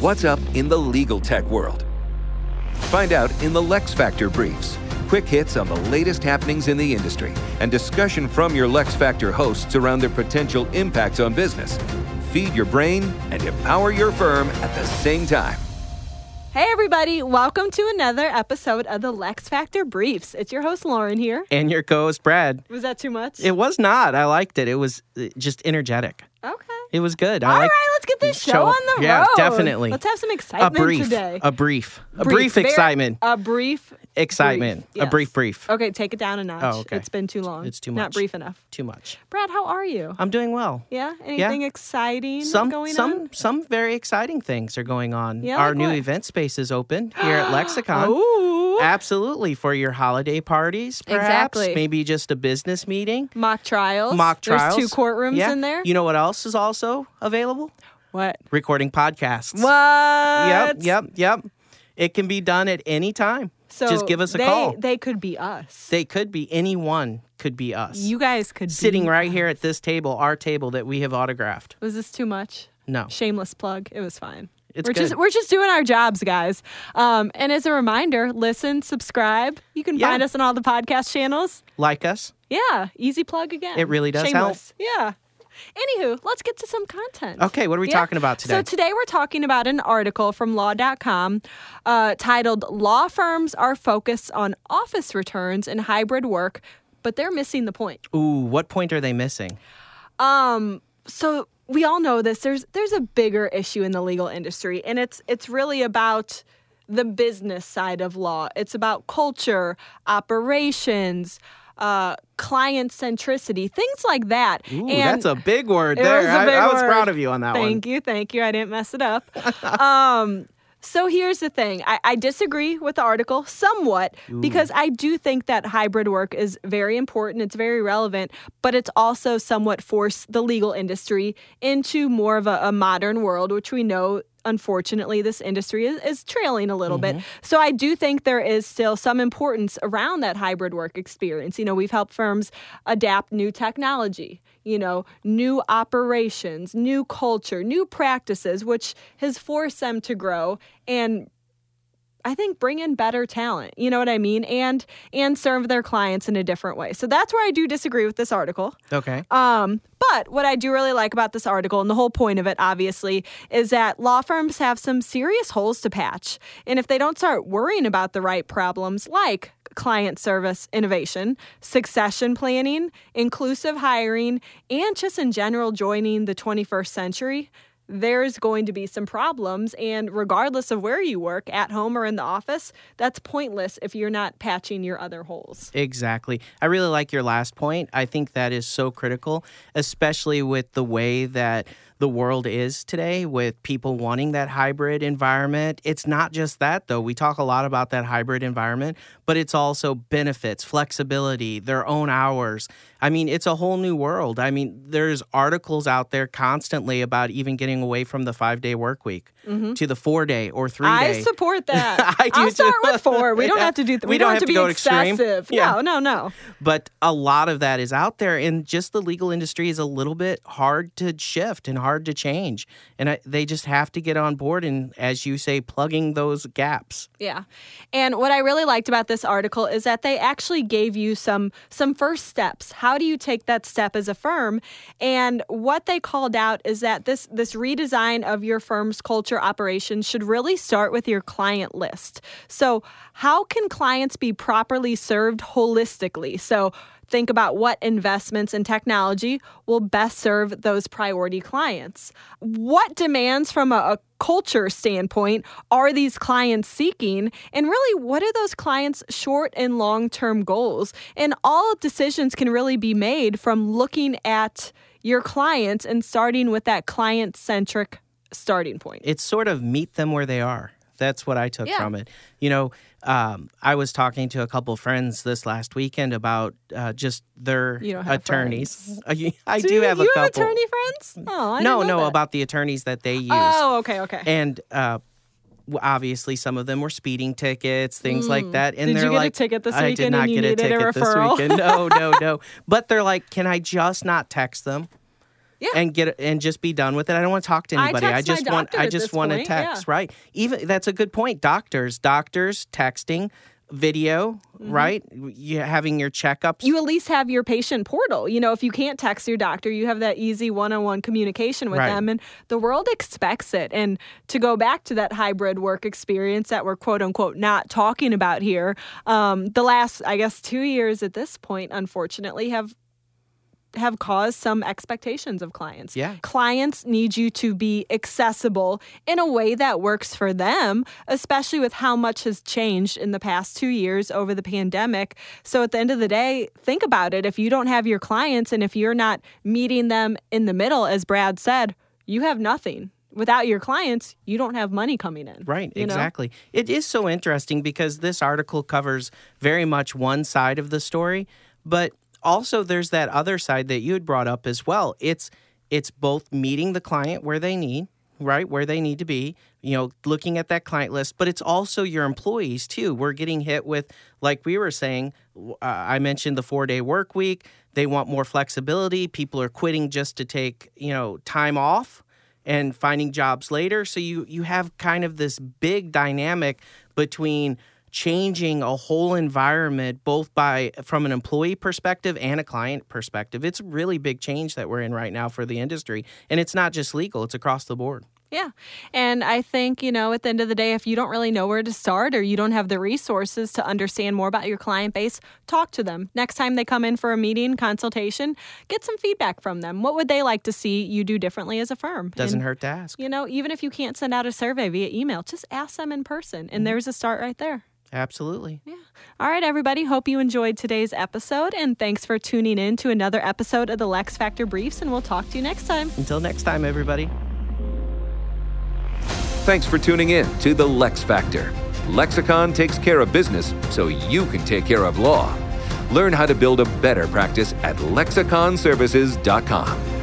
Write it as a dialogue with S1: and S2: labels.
S1: what's up in the legal tech world. Find out in the Lex Factor Briefs, quick hits on the latest happenings in the industry and discussion from your Lex Factor hosts around their potential impacts on business. Feed your brain and empower your firm at the same time.
S2: Hey, everybody, welcome to another episode of the Lex Factor Briefs. It's your host, Lauren, here.
S3: and your co-host Brad.
S2: Was that too much?
S3: It was not. I liked it. It was uh, just energetic.
S2: okay.
S3: It was good. I
S2: All
S3: liked
S2: right, let's get this show,
S3: show.
S2: on the
S3: Yeah,
S2: road.
S3: definitely.
S2: Let's have some
S3: a
S2: excitement
S3: brief,
S2: today.
S3: a brief, a brief,
S2: very-
S3: excitement,
S2: A brief
S3: excitement,
S2: brief, yes.
S3: a brief, brief.
S2: Okay, take it down a notch.
S3: Oh, okay.
S2: It's been too long.
S3: It's too
S2: Not
S3: much.
S2: brief enough.
S3: Too much.
S2: Brad, how are you?
S3: I'm doing well.
S2: Yeah. Anything exciting
S3: Some,
S2: going
S3: some,
S2: on?
S3: some very exciting things are going on.
S2: Yeah,
S3: Our
S2: like
S3: new
S2: what? Oh.
S3: event space is open here at Lexicon.
S2: Ooh.
S3: Absolutely for your holiday parties, perhaps
S2: Exactly.
S3: maybe just a business meeting.
S2: mock trials.
S3: Mock trials.
S2: There's two courtrooms
S3: Yeah.
S2: in there.
S3: You know what else is also available?
S2: what?
S3: Recording podcasts.
S2: What?
S3: Yep, yep, yep. It can be done at any time.
S2: So
S3: just give us a
S2: they,
S3: call.
S2: They could be us.
S3: They could be anyone. Could be us.
S2: you guys could
S3: sitting
S2: be.
S3: right here at this table, our table that we have autographed.
S2: Was this too much?
S3: No,
S2: shameless plug. It was fine.
S3: It's
S2: we're just
S3: good.
S2: we're just doing our jobs, guys. Um, and as a reminder, listen, subscribe. You can
S3: Yeah.
S2: find us on all the podcast channels.
S3: like us.
S2: Yeah, easy plug again.
S3: It really does
S2: shameless. Yeah. Anywho, let's get to some content.
S3: Okay, what are we talking about today?
S2: So today we're talking about an article from law.com uh, titled Law Firms Are Focused on Office Returns and Hybrid Work, but they're missing the point.
S3: Ooh, what point are they missing?
S2: Um, so we all know this. There's there's a bigger issue in the legal industry, and it's it's really about the business side of law. It's about culture, operations, uh, client centricity, things like that.
S3: Ooh,
S2: and
S3: that's a big word
S2: it
S3: there.
S2: was a
S3: I,
S2: big
S3: I was
S2: word.
S3: proud of you on that
S2: thank you, thank you. I didn't mess it up. um, so here's the thing. I, I disagree with the article somewhat because I do think that hybrid work is very important. It's very relevant, but it's also somewhat forced the legal industry into more of a, a modern world, which we know. Unfortunately, this industry is, is trailing a little bit. So, I do think there is still some importance around that hybrid work experience. You know, we've helped firms adapt new technology, you know, new operations, new culture, new practices, which has forced them to grow and I think bring in better talent. You know what I mean? And and serve their clients in a different way. So that's where I do disagree with this article.
S3: you. Okay.
S2: Um, but what I do really like about this article, and the whole point of it, obviously, is that law firms have some serious holes to patch. And if they don't start worrying about the right problems, like client service innovation, succession planning, inclusive hiring, and just in general joining the 21st century, there's going to be some problems. And regardless of where you work, at home or in the office, that's pointless if you're not patching your other holes.
S3: Exactly. I really like your last point. I think that is so critical, especially with the way that the world is today with people wanting that hybrid environment. It's not just that, though. We talk a lot about that hybrid environment, but it's also benefits, flexibility, their own hours. I mean, it's a whole new world. I mean, there's articles out there constantly about even getting away from the five day work week to the four day or three
S2: I
S3: day.
S2: support that.
S3: I do
S2: I'll start
S3: too.
S2: with four. We don't
S3: Yeah.
S2: have to do. Th-
S3: We
S2: don't
S3: don't
S2: have to,
S3: have to
S2: be
S3: go extreme.
S2: excessive.
S3: Yeah.
S2: No, no, no.
S3: but a lot of that is out there and just the legal industry is a little bit hard to shift and hard to change and I, they just have to get on board and as you say plugging those gaps
S2: Yeah. And what I really liked about this article is that they actually gave you some some first steps. How do you take that step as a firm? And what they called out is that this this redesign of your firm's culture operations should really start with your client list. So, how can clients be properly served holistically? So, think about what investments in technology will best serve those priority clients. What demands from a, a culture standpoint are these clients seeking? And really, what are those clients' short and long term goals? And all decisions can really be made from looking at your clients and starting with that client centric starting point.
S3: it's sort of meet them where they are that's what i took
S2: Yeah.
S3: from it you know um, i was talking to a couple friends this last weekend about uh, just their
S2: You don't have
S3: attorneys i, I
S2: you-
S3: do have
S2: you
S3: a couple
S2: attorney friends? Oh, I didn't
S3: no
S2: know
S3: no
S2: that.
S3: about the attorneys that they use
S2: Oh, okay, okay.
S3: and uh, w- obviously some of them were speeding tickets, things like that. And
S2: Mm. Did you
S3: they're
S2: get a
S3: like,
S2: ticket this
S3: I
S2: weekend
S3: did not
S2: and you
S3: get a
S2: needed a
S3: ticket
S2: referral?"
S3: this weekend. No, no, no. But they're like, can I just not text them?
S2: Yeah.
S3: and get and just be done with it. I don't want to talk to
S2: I
S3: anybody. I,
S2: text my
S3: just want
S2: doctor
S3: I
S2: at
S3: just
S2: this
S3: want
S2: point,
S3: to text,
S2: yeah.
S3: right? Even that's a good point. Doctors, doctors texting, video, right? You having your checkups.
S2: Mm-hmm. you at least have your patient portal. You know, if you can't text your doctor, you have that easy one on one communication with
S3: Right.
S2: them. And the world expects it. And to go back to that hybrid work experience that we're quote unquote not talking about here, um, the last, I guess, two years at this point, unfortunately, have have caused some expectations of clients.
S3: Yeah.
S2: Clients need you to be accessible in a way that works for them, especially with how much has changed in the past 2 years over the pandemic. So at the end of the day, think about it. If you don't have your clients and if you're not meeting them in the middle as Brad said, you have nothing. Without your clients, you don't have money coming in.
S3: Right,
S2: you know?
S3: exactly. It is so interesting because this article covers very much one side of the story, but also there's that other side that you had brought up as well. It's it's both meeting the client where they need, right, where they need to be, you know, looking at that client list, but it's also your employees too. We're getting hit with like we were saying, uh, I mentioned the 4-day work week, they want more flexibility, people are quitting just to take, you know, time off and finding jobs later. So you you have kind of this big dynamic between changing a whole environment both by from an employee perspective and a client perspective. It's a really big change that we're in right now for the industry. And it's not just legal, it's across the board.
S2: Yeah. And I think, you know, at the end of the day, if you don't really know where to start or you don't have the resources to understand more about your client base, talk to them. Next time they come in for a meeting, consultation, get some feedback from them. What would they like to see you do differently as a firm?
S3: Doesn't
S2: And,
S3: hurt to ask.
S2: You know, even if you can't send out a survey via email, just ask them in person. And there's a start right there.
S3: Absolutely.
S2: Yeah. All right, everybody. Hope you enjoyed today's episode. And thanks for tuning in to another episode of the Lex Factor Briefs. And we'll talk to you next time.
S3: Until next time everybody.
S1: Thanks for tuning in to The Lex Factor. Lexicon takes care of business so you can take care of law. Learn how to build a better practice at lexiconservices.com.